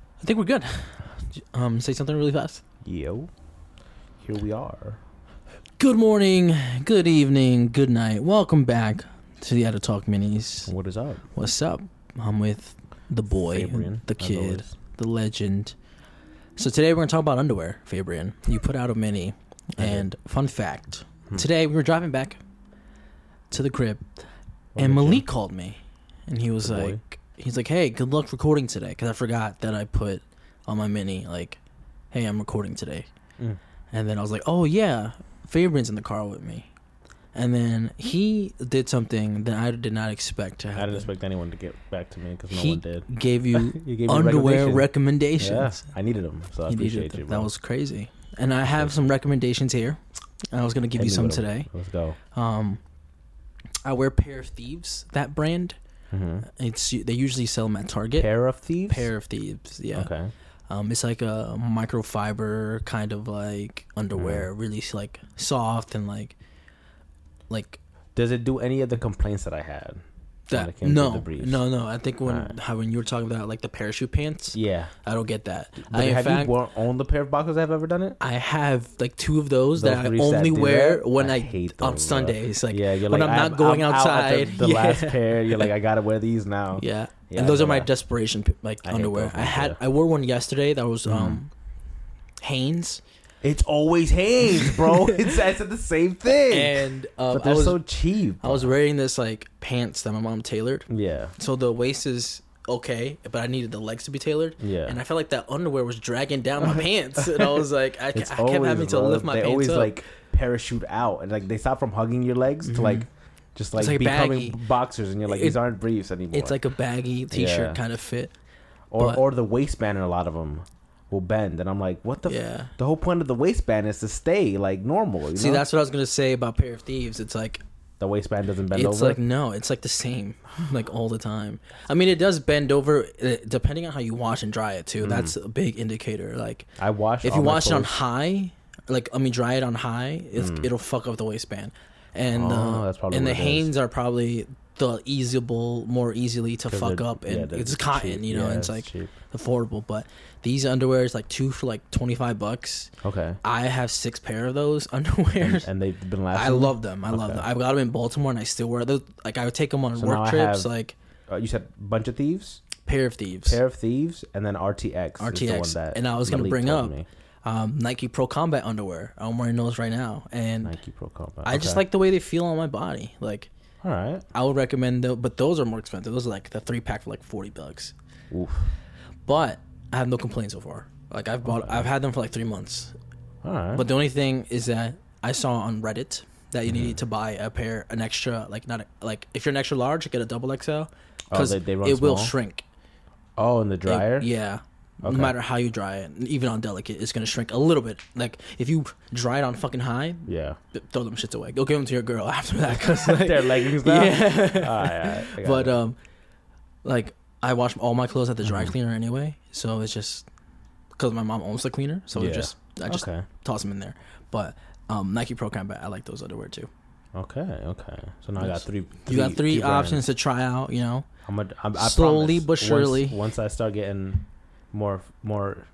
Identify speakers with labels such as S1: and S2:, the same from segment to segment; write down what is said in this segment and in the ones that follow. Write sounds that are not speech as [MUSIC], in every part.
S1: I think we're good. Um, say something really fast.
S2: Yo, here we are.
S1: Good morning, good evening, good night. Welcome back to the Out of Talk Minis.
S2: What is up?
S1: What's up? I'm with the boy,
S2: Fabian,
S1: the
S2: as
S1: kid,
S2: always.
S1: the legend. So today we're gonna talk about underwear, Fabian. You put out a mini,
S2: I did.
S1: and fun fact:
S2: Hmm.
S1: today we were driving back to the crib,
S2: What
S1: and
S2: about you?
S1: Malik called me, and he was
S2: Oh, Good boy.
S1: like, he's like, hey, good luck recording today, because I forgot that I put on my mini like, hey, I'm recording today,
S2: Mm.
S1: and then I was like, oh yeah, Fabian's in the car with me, and then he did something that I did not expect to happen.
S2: I didn't expect anyone to get back to me because no
S1: He
S2: one
S1: [LAUGHS]
S2: did.
S1: Gave
S2: [LAUGHS]
S1: you
S2: You gave me
S1: underwear
S2: recommendation.
S1: recommendations.
S2: Yeah, I needed them, so I
S1: You needed
S2: appreciate
S1: them.
S2: you. Bro.
S1: That was crazy. And I have some recommendations here. I was gonna give
S2: Hit
S1: you
S2: me
S1: some
S2: with 'em.
S1: today.
S2: Let's go.
S1: Um, I wear pair of thieves. That brand.
S2: Mm-hmm.
S1: It's they usually sell them at Target.
S2: Pair of thieves.
S1: Pair of thieves. Yeah.
S2: Okay.
S1: Um, it's like a microfiber kind of like underwear,
S2: Mm.
S1: really like soft and like, like
S2: Does it do any of the complaints that I had? when it
S1: that.
S2: came to
S1: No,
S2: the briefs?
S1: no, no. I think when
S2: Alright.
S1: how, when you were talking about like the parachute pants,
S2: Yeah.
S1: I don't get that.
S2: But
S1: I, in
S2: have
S1: fact,
S2: you worn owned the pair of boxes I've ever done it?
S1: I have like two of those,
S2: Those
S1: that I
S2: briefs
S1: only
S2: do that?
S1: wear when I,
S2: hate
S1: on
S2: those, bro.
S1: Sundays, like
S2: yeah, you're
S1: when
S2: like,
S1: I'm not going
S2: I'm out at
S1: outside. [LAUGHS]
S2: the, the
S1: yeah.
S2: last pair, you're like, I gotta wear
S1: [LAUGHS]
S2: these now.
S1: yeah.
S2: Yeah,
S1: and those
S2: I
S1: are my
S2: know.
S1: desperation p- like
S2: I hate
S1: underwear.
S2: those Mm.
S1: I
S2: ones,
S1: had
S2: yeah.
S1: I wore one yesterday that was um Hanes,
S2: It's always Hanes, bro. [LAUGHS] it's I said the same thing.
S1: and uh,
S2: but
S1: I
S2: they're
S1: was
S2: so cheap.
S1: I was wearing this like pants that my mom tailored,
S2: Yeah.
S1: so the waist is okay, but I needed the legs to be tailored.
S2: Yeah.
S1: And I felt like that underwear was dragging down my pants, and I was like,
S2: [LAUGHS]
S1: I, ca- I kept having to
S2: bro,
S1: lift my
S2: they
S1: pants
S2: always
S1: up.
S2: like parachute out and like they stop from hugging your legs to like just like,
S1: Mm-hmm. like
S2: becoming
S1: baggy.
S2: boxers and you're like
S1: It-
S2: these aren't briefs anymore.
S1: it's like a baggy t-shirt
S2: Yeah.
S1: kind of fit.
S2: or
S1: but-
S2: or the waistband in a lot of them will bend and I'm like what the
S1: Yeah.
S2: f- the whole point of the waistband is to stay like normal. You
S1: See,
S2: know?
S1: that's what I was gonna say about Pair of Thieves. It's like
S2: the waistband doesn't bend
S1: it's
S2: over.
S1: like no, it's like the same, [LAUGHS] like all the time. I mean, it does bend over uh, depending on how you wash and dry it too.
S2: Mm.
S1: That's a big indicator. Like
S2: I wash
S1: if
S2: all
S1: you
S2: my
S1: wash it on
S2: clothes- Hmm.
S1: high, like I mean, dry it on high, it's, it'll fuck up the waistband. And
S2: Oh,
S1: uh,
S2: that's probably
S1: and the
S2: what it is.
S1: Hanes are probably the easiable, more easily to
S2: 'cause
S1: fuck
S2: they're-
S1: up,
S2: yeah,
S1: and
S2: they're
S1: it's cotton,
S2: cheap.
S1: you know,
S2: Yeah,
S1: and it's like
S2: cheap.
S1: affordable. But these underwear is like two for like twenty five bucks. [LAUGHS]
S2: okay.
S1: I have six pair of those [LAUGHS] underwears.
S2: And they've been lasting.
S1: I love them. I love
S2: Okay.
S1: them. I've got them in Baltimore, and I still wear those. Like I would take them on
S2: So now
S1: work
S2: I
S1: trips,
S2: have-
S1: like
S2: Uh, you said bunch of thieves,
S1: pair of thieves,
S2: pair of thieves, and then RTX. is the one
S1: RTX,
S2: that
S1: and I was gonna
S2: Malik
S1: bring
S2: told
S1: up
S2: me.
S1: um, Nike Pro Combat underwear. I'm wearing those right now, and
S2: Nike Pro Combat.
S1: I just
S2: Okay.
S1: like the way they feel on my body. Like
S2: All right.
S1: I would recommend those, but those are more expensive. Those are like the three pack for like forty bucks.
S2: Oof.
S1: But I have no complaints so far. Like I've bought, I've had them for like three months.
S2: All right.
S1: But the only thing is that I saw on Reddit that you
S2: Mm-hmm.
S1: needed to buy a pair, an extra, like not a, like if you're an extra large, get a double XL because
S2: Oh, they- they run
S1: it will
S2: small?
S1: shrink.
S2: oh, in the
S1: It-
S2: dryer.
S1: yeah.
S2: Okay.
S1: No matter how you dry it, even on delicate, it's gonna shrink a little bit. Like if you dry it on fucking high,
S2: Yeah. [LAUGHS]
S1: th- throw them shits away. Go give them to your girl [LAUGHS] after that. Cause like,
S2: Their leggings now.
S1: yeah.
S2: All right. all right. I got
S1: [LAUGHS] but
S2: it. Mm-hmm.
S1: um, like I wash all my clothes at the dry cleaner anyway, so it's just because my mom owns the cleaner, so
S2: Yeah.
S1: it just I just
S2: okay.
S1: toss them in there. But um, Nike Pro Combat, I like those underwear too.
S2: Okay. Okay. So now I got
S1: Yes.
S2: three.
S1: You got three,
S2: brands.
S1: options to try out. You know,
S2: I'm gonna. I'm, I
S1: Slowly
S2: promise,
S1: but surely.
S2: Once, once I start getting more more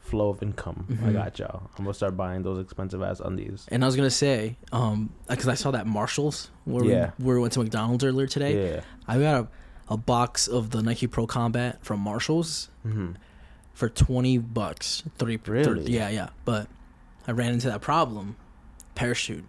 S2: flow of income, I
S1: Mhm.
S2: got y'all. I'm gonna start buying those expensive ass undies.
S1: and I was gonna say, um, because I saw that Marshalls where
S2: Yeah.
S1: we, where we went to McDonald's earlier today.
S2: Yeah.
S1: I got a, a box of the Nike Pro Combat from Marshalls
S2: Mm-hmm.
S1: for 20 bucks. Three, thir-
S2: Really?
S1: yeah, yeah. But I ran into that problem parachute.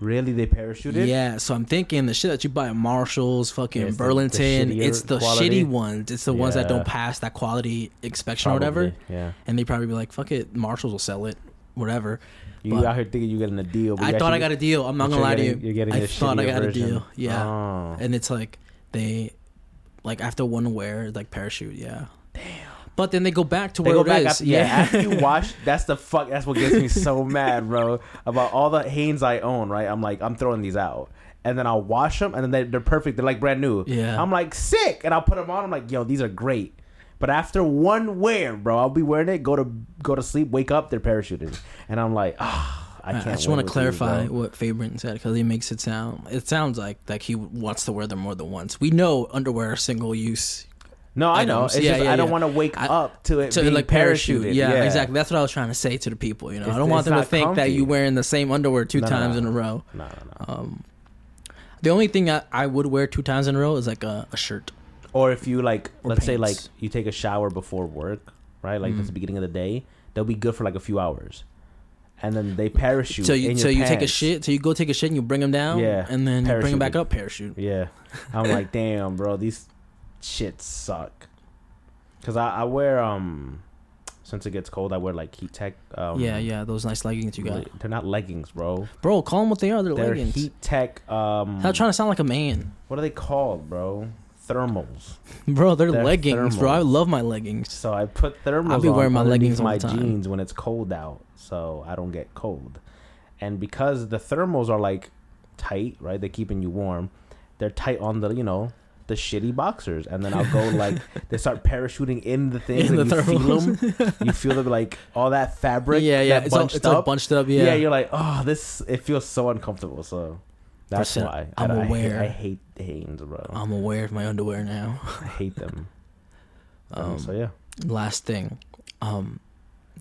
S2: Really, they parachuted.
S1: Yeah, so I'm thinking the shit that you buy at Marshalls, fucking
S2: Yeah, it's the- the
S1: Burlington,
S2: shittier
S1: it's the
S2: quality.
S1: shitty ones. It's the ones that
S2: Yeah.
S1: don't pass that quality inspection
S2: Probably.
S1: or whatever.
S2: Yeah.
S1: And they probably be like, fuck it, Marshalls will sell it, whatever.
S2: You
S1: But-
S2: out here thinking you're getting a deal? but
S1: I
S2: you
S1: thought I
S2: actually-
S1: got a deal. I'm not gonna
S2: but you're
S1: lie
S2: getting-
S1: to you.
S2: You're getting
S1: I
S2: the
S1: thought I
S2: shittier
S1: got a
S2: version.
S1: deal. Yeah.
S2: Oh.
S1: and it's like they like after one wear like parachute yeah damn but then they go back to
S2: They
S1: where
S2: go
S1: it is.
S2: back after, yeah.
S1: [LAUGHS]
S2: after you wash, that's the fuck. That's what gets me so mad, bro. About all the Hanes I own, right? I'm like, I'm throwing these out, and then I'll wash them, and then they, they're perfect. They're like brand new.
S1: Yeah.
S2: I'm like sick, and I'll put them on. I'm like, yo, these are great. But after one wear, bro, I'll be wearing it. Go to go to sleep, wake up, they're parachuting, and I'm like, ah, I
S1: I,
S2: can't.
S1: just
S2: win
S1: want to
S2: with
S1: clarify
S2: these, bro.
S1: what Fabian said because he makes it sound it sounds like like he wants to wear them more than once. We know underwear are single use
S2: No, I know.
S1: items.
S2: It's
S1: Yeah,
S2: just
S1: yeah,
S2: I don't
S1: yeah.
S2: want to wake
S1: I-
S2: up to it
S1: to
S2: being
S1: like
S2: parachuted.
S1: parachute. Yeah, exactly. That's what I was trying to say to the people. You know,
S2: It's-
S1: I don't want
S2: it's
S1: them to
S2: not
S1: think that
S2: comfy.
S1: you wearing the same underwear two
S2: No, no,
S1: times
S2: no.
S1: in a row.
S2: No, no, no.
S1: Um, the only thing I, I would wear two times in a row is like a, a shirt.
S2: Or if you like,
S1: Or
S2: let's say like
S1: pants.
S2: you take a shower before work, right? Like
S1: Mm.
S2: that's the beginning of the day. They'll be good for like a few hours, and then they parachute.
S1: so
S2: in
S1: you
S2: your
S1: so you take a
S2: pants.
S1: shit. So you go take a shit and you bring them down.
S2: Yeah,
S1: and then you bring them back
S2: parachuted.
S1: up. Parachute.
S2: Yeah, I'm
S1: [LAUGHS]
S2: like, damn, bro, these shits suck. Cause I, I wear um, since it gets cold, I wear like heat tech. Um,
S1: yeah, yeah. Those nice leggings you got,
S2: They're not leggings, bro.
S1: bro. Call them what they are. They're,
S2: They're
S1: leggings.
S2: heat tech. Um,
S1: Not trying to sound like a man,
S2: what are they called, bro? Thermals.
S1: bro. They're,
S2: They're
S1: leggings, bro. I
S2: thermals.
S1: love my leggings.
S2: So I put thermals.
S1: be
S2: on
S1: wearing my
S2: underneath
S1: leggings all
S2: my
S1: the time.
S2: jeans when it's cold out, so I don't get cold. And because the thermals are like tight, right? They're keeping you warm. They're tight on the you know the shitty boxers, and
S1: [LAUGHS]
S2: then I'll go like they start parachuting in the things,
S1: In
S2: and
S1: the
S2: you
S1: thermals.
S2: feel
S1: [LAUGHS]
S2: them. You feel them like all that fabric.
S1: yeah, yeah.
S2: that
S1: It's all,
S2: bunched
S1: it's all
S2: up.
S1: bunched up.
S2: yeah.
S1: Yeah,
S2: you're like, oh, this. It feels so uncomfortable. So that's
S1: Listen,
S2: why
S1: I'm
S2: And I hate-
S1: aware.
S2: I hate Hanes, bro.
S1: I'm aware of my underwear now.
S2: I hate
S1: [LAUGHS]
S2: them. Um,
S1: Um,
S2: so yeah,
S1: last thing um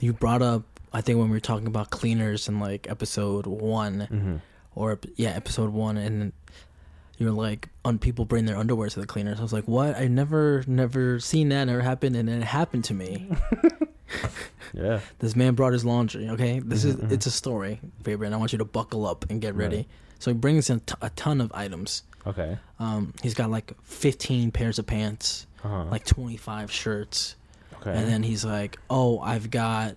S1: you brought up i think when we were talking about cleaners in like episode one
S2: hmm
S1: or ep- yeah episode one and you're like on people bring their underwear to the cleaners i was like what i never never seen that never happened and then it happened to me
S2: Mm-hmm. yeah.
S1: this man brought his laundry okay this
S2: Mhm, mhm.
S1: is it's a story baby and i want you to buckle up and get
S2: Right.
S1: ready so he brings in t- a ton of items
S2: Okay.
S1: um he's got like 15 pairs of pants
S2: Uh-huh.
S1: like 25 shirts
S2: okay.
S1: And then he's like, "Oh, I've got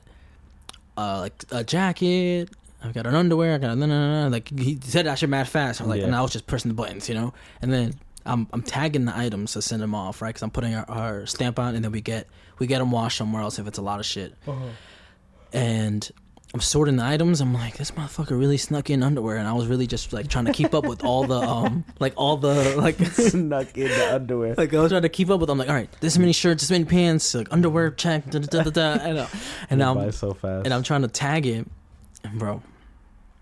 S1: uh, like a jacket. I've got an underwear. I got a na na na." Like he said, I should mad fast. I'm like,
S2: Yeah.
S1: and I was just pressing the buttons, you know. And then I'm I'm tagging the items to send them off, right? Because I'm putting our, our stamp on, and then we get we get them washed somewhere else if it's a lot of shit.
S2: Uh-huh.
S1: And I'm sorting the items. I'm like, this motherfucker really snuck in underwear, and I was really just like trying to keep up with all the um like all the like
S2: [LAUGHS] snuck in
S1: [LAUGHS]
S2: the underwear.
S1: like I was trying to keep up with. I'm like, all right, this many shirts, this many pants, like underwear check, da, da, da, da, da, and, uh, and
S2: It
S1: I'm
S2: by so fast.
S1: and I'm trying to tag it, and bro.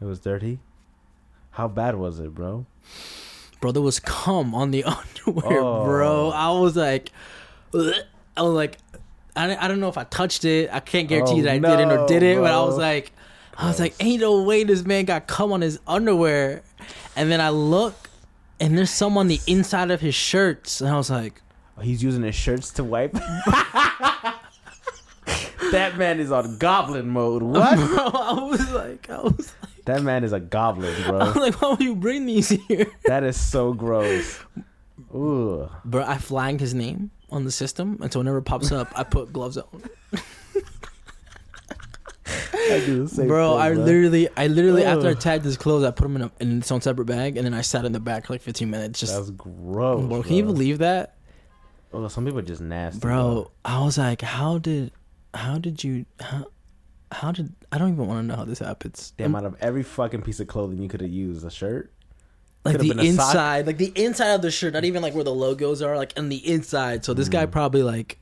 S2: it was dirty. How bad was it, bro?
S1: Bro, there was cum on the [LAUGHS] underwear, bro.
S2: Oh.
S1: I was like, Ugh. I was like, I don't, I don't know if I touched it. I can't guarantee
S2: Oh,
S1: that I didn't or
S2: no,
S1: did it, but I
S2: bro.
S1: was like, I was like,
S2: Gross.
S1: ain't no way this man got cum on his underwear. And then I look, and there's some on the inside of his shirts, and I was like, [LAUGHS]
S2: He's using his shirts to wipe. [LAUGHS] that man is on goblin
S1: [LAUGHS]
S2: mode. What?
S1: bro, I was like, I was,
S2: that man is a goblin,
S1: I [LAUGHS]
S2: bro.
S1: was like, why would you bring these here?
S2: that is so gross. Ooh.
S1: Bro, I flagged his name on the system, and so whenever it pops up, I put gloves on.
S2: I do the same
S1: bro,
S2: thing,
S1: I literally, I literally after I
S2: Ugh.
S1: tagged his clothes, I put them in, a, in its own separate bag, and then I sat in the back for like 15 minutes. Just,
S2: That's gross.
S1: bro,
S2: bro.
S1: can you believe that,
S2: Oh, some people are just nasty,
S1: bro? I was like, how did, how did you, how, how did? I don't even want to know how this happens.
S2: Damn, out of every fucking piece of clothing you could have used, a shirt.
S1: like
S2: could've
S1: the
S2: been a sock.
S1: inside, like the inside of the shirt, not even like where the logos are, like on the inside. So this
S2: Mm.
S1: guy probably like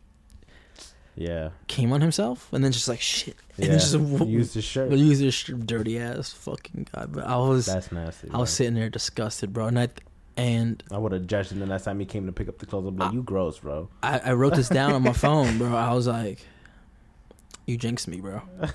S1: [LAUGHS]
S2: Yeah.
S1: came on himself, and then just like shit, and
S2: Yeah.
S1: then just [LAUGHS]
S2: used his shirt.
S1: use his sh- dirty ass, fucking god. But I was,
S2: That's nasty.
S1: I
S2: bro.
S1: was sitting there disgusted, bro, and I, and
S2: I would have judged him the last time he came to pick up the clothes. I'm like, you gross, bro.
S1: I, I wrote this down on my phone, bro. I was like, "You jinxed me, bro." [LAUGHS]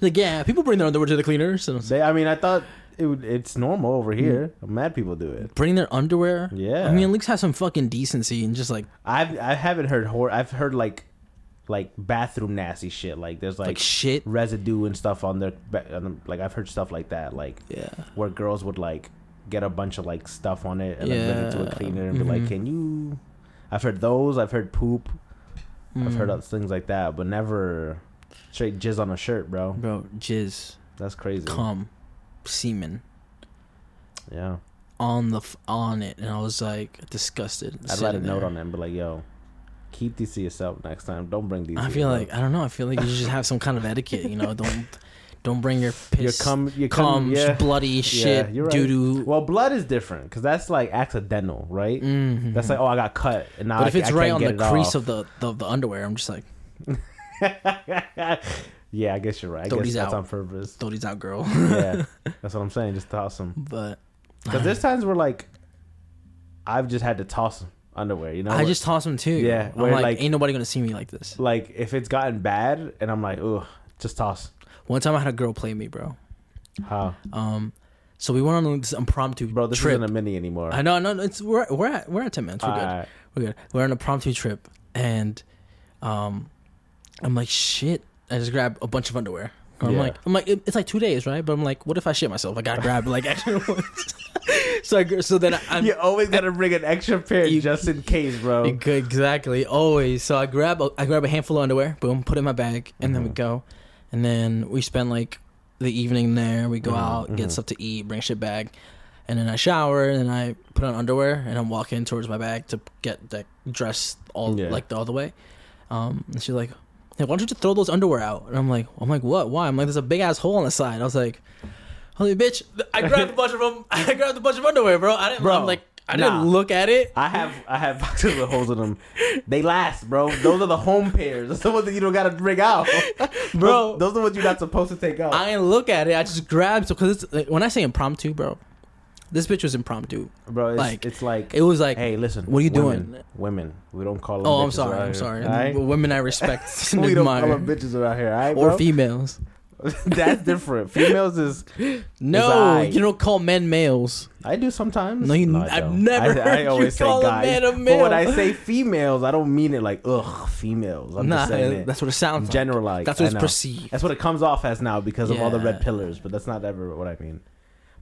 S1: like, yeah, people bring their underwear to the cleaners. And I was like,
S2: They, I mean, I thought it would, it's normal over
S1: Mm-hmm.
S2: here. Mad people do it.
S1: bring their underwear.
S2: Yeah.
S1: I mean, at least have some fucking decency and just like
S2: I've I haven't heard horror. I've heard like like bathroom nasty shit. Like there's
S1: like,
S2: like,
S1: shit.
S2: residue and stuff on their ba- on them. like I've heard stuff like that. Like
S1: Yeah,
S2: where girls would like get a bunch of like stuff on it and then bring it to
S1: Yeah.
S2: a cleaner and be
S1: Mhm.
S2: like, can you? I've heard those. I've heard poop. I've heard
S1: Mm.
S2: other things like that, but never straight jizz on a shirt, bro.
S1: bro. Jizz,
S2: That's crazy.
S1: cum, semen
S2: Yeah.
S1: on the f- on it, and I was like disgusted.
S2: I'd write a
S1: sitting
S2: note
S1: there.
S2: on them, but like, yo, keep these to yourself next time. Don't bring these.
S1: I
S2: here,
S1: feel
S2: bro.
S1: like I don't know. I feel like you should have some kind of etiquette.
S2: [LAUGHS]
S1: You know, don't don't bring your piss,
S2: your cum, your cum,
S1: cum,
S2: yeah.
S1: bloody shit,
S2: you're right.
S1: doo doo.
S2: Well, blood is different because that's like accidental, right?
S1: Mhm.
S2: That's like, oh, I got cut, and now
S1: But
S2: I,
S1: if it's
S2: I
S1: right
S2: can't
S1: on the
S2: get it
S1: crease
S2: off.
S1: of the, the, the underwear, I'm just like,
S2: [LAUGHS] yeah, I guess you're right. I
S1: Throw
S2: guess
S1: these
S2: that's
S1: out. [LAUGHS]
S2: on purpose.
S1: throw these out, girl.
S2: yeah, that's what I'm saying. Just toss them.
S1: But
S2: Because there's times where like I've just had to toss 'em. underwear. You know,
S1: I just toss them too.
S2: Yeah,
S1: I'm
S2: where,
S1: like,
S2: like-
S1: ain't nobody gonna see me like this.
S2: like if it's gotten bad, and I'm like, ugh, just toss.
S1: One time I had a girl play me, bro.
S2: How,
S1: Um, so we went on this impromptu
S2: bro? This Uh,
S1: trip.
S2: isn't a mini anymore.
S1: I know, no, no, it's we're we're at we're at ten minutes. We're good.
S2: Alright.
S1: We're good. We're on a impromptu trip, and um, I'm like shit. I just grabbed a bunch of underwear. I'm
S2: Yeah.
S1: like, I'm like, it- it's like two days, right? But I'm like, what if I shit myself? I gotta grab like [LAUGHS] extra ones. so I, gr- so then I'm
S2: You always gotta bring an extra pair
S1: You-
S2: just in case, bro.
S1: You could- [LAUGHS] exactly always. So I grab a, I grab a handful of underwear, boom, put it in my bag, and
S2: Mm-hmm.
S1: then we go, and then we spend like the evening there. We go
S2: Mm-hmm.
S1: out, get stuff to eat, bring shit back, and then I shower, and then I put on underwear, and I'm walking towards my bag to get that dress all
S2: Yeah.
S1: like the other way. Um, and she's like, "Hey, why don't you just throw those underwear out?" And I'm like, "I'm like what? Why?" I'm like, "There's a big ass hole on the side." I was like. Holy bitch! I grabbed a bunch of them. [LAUGHS] I grabbed a bunch of underwear, bro. I didn't.
S2: Bro,
S1: I'm like, I
S2: nah.
S1: didn't look at it.
S2: I have I have [LAUGHS] boxes with holes in them. They last, bro. Those are the home pairs. Those are the ones that you don't gotta bring
S1: [LAUGHS]
S2: out,
S1: Bro.
S2: Those, those are the ones you're not supposed to take out.
S1: I didn't look at it. I just grabbed it because like, when I say impromptu, bro, this bitch was impromptu.
S2: bro, it's
S1: like,
S2: like, it's like
S1: It was like,
S2: hey, listen.
S1: what are you
S2: women,
S1: doing?
S2: Women, we don't call them.
S1: oh, I'm
S2: bitches
S1: sorry,
S2: around
S1: I'm
S2: here,
S1: sorry.
S2: all right?
S1: The Women I respect [LAUGHS] and
S2: [LAUGHS] We don't call
S1: admire,
S2: them bitches around here, all right,
S1: or
S2: bro?
S1: females.
S2: [LAUGHS] That's different. Females is
S1: No,
S2: alright.
S1: you don't call men males.
S2: I do sometimes.
S1: No, you-
S2: I
S1: I've
S2: don't.
S1: never
S2: I,
S1: heard
S2: I
S1: you
S2: always say
S1: call a
S2: guys.
S1: man a
S2: But when
S1: male.
S2: I say females, I don't mean it like ugh, females. I'm
S1: nah,
S2: just saying it.
S1: that's what it sounds like.
S2: generalized.
S1: That's
S2: I
S1: what it's
S2: know.
S1: perceived.
S2: [LAUGHS] That's what it comes off as now because of all the red
S1: Yeah.
S2: pillars, but that's not ever what I mean.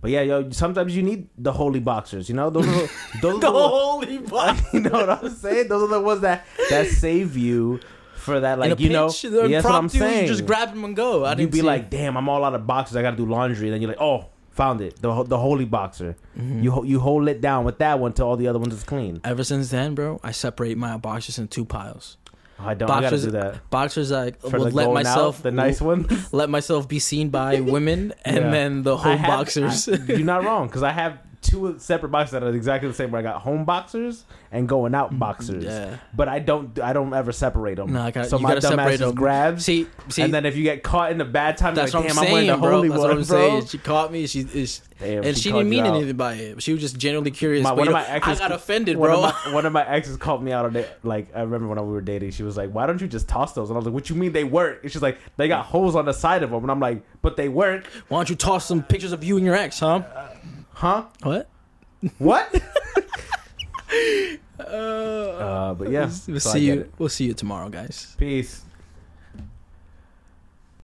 S2: But yeah, yo, sometimes you need the holy boxers. You know, those
S1: [LAUGHS]
S2: are those
S1: The
S2: are the,
S1: holy fuck.
S2: [LAUGHS] you know what I'm saying. Those are the ones that that save you for that.
S1: In a
S2: Like you know,
S1: pinch, the
S2: yeah, that's what I'm
S1: impromptu,
S2: saying.
S1: You just grab them and go. I
S2: You'd
S1: didn't
S2: be
S1: see
S2: like, damn, I'm all out of boxes. I gotta do laundry. And then you're like, oh, found it. The ho- the holy boxer.
S1: Mm.
S2: You ho- you hold it down with that one till all the other ones is clean.
S1: Mm-hmm. Ever since then, bro, I separate my boxers into two piles.
S2: Oh, I don't.
S1: Boxers,
S2: I gotta do that.
S1: boxers, I
S2: For
S1: will
S2: the
S1: let
S2: going
S1: myself
S2: out, the nice ones.
S1: let myself be seen by women and
S2: Yeah.
S1: then the whole
S2: I have-
S1: boxers. [LAUGHS]
S2: I- you're not wrong because I have two separate boxes that are exactly the same. Where I got home boxers and going out boxers.
S1: Mm, yeah.
S2: But I don't. I don't ever separate them.
S1: No, I gotta-
S2: so
S1: you
S2: my
S1: gotta
S2: dumb
S1: separate
S2: ass just
S1: them.
S2: grabs.
S1: see, see,
S2: and then if you get caught in a bad time,
S1: that's
S2: you're like,
S1: what I'm
S2: damn, I'm wearing
S1: saying,
S2: the
S1: bro.
S2: holy
S1: That's
S2: one,
S1: what I'm
S2: bro.
S1: saying. She caught me. She is,
S2: Damn,
S1: and she,
S2: she
S1: didn't
S2: called you
S1: mean
S2: out.
S1: anything by it. She was just genuinely curious.
S2: My-
S1: but,
S2: one
S1: you
S2: of
S1: know,
S2: my exes-
S1: I got offended,
S2: One
S1: bro.
S2: of, my, one of my exes called me out on it. Like I remember when we were dating, she was like, "Why don't you just toss those?" And I was like, "What you mean they work?" And she's like, "They got holes on the side of them." And I'm like, "But they work,
S1: Why don't you toss some pictures of you and your ex, huh?
S2: huh?
S1: What? [LAUGHS]
S2: What?"
S1: Uh,
S2: uh, but yeah,
S1: we'll
S2: so I
S1: see
S2: get
S1: you.
S2: it.
S1: We'll see you tomorrow, guys.
S2: Peace.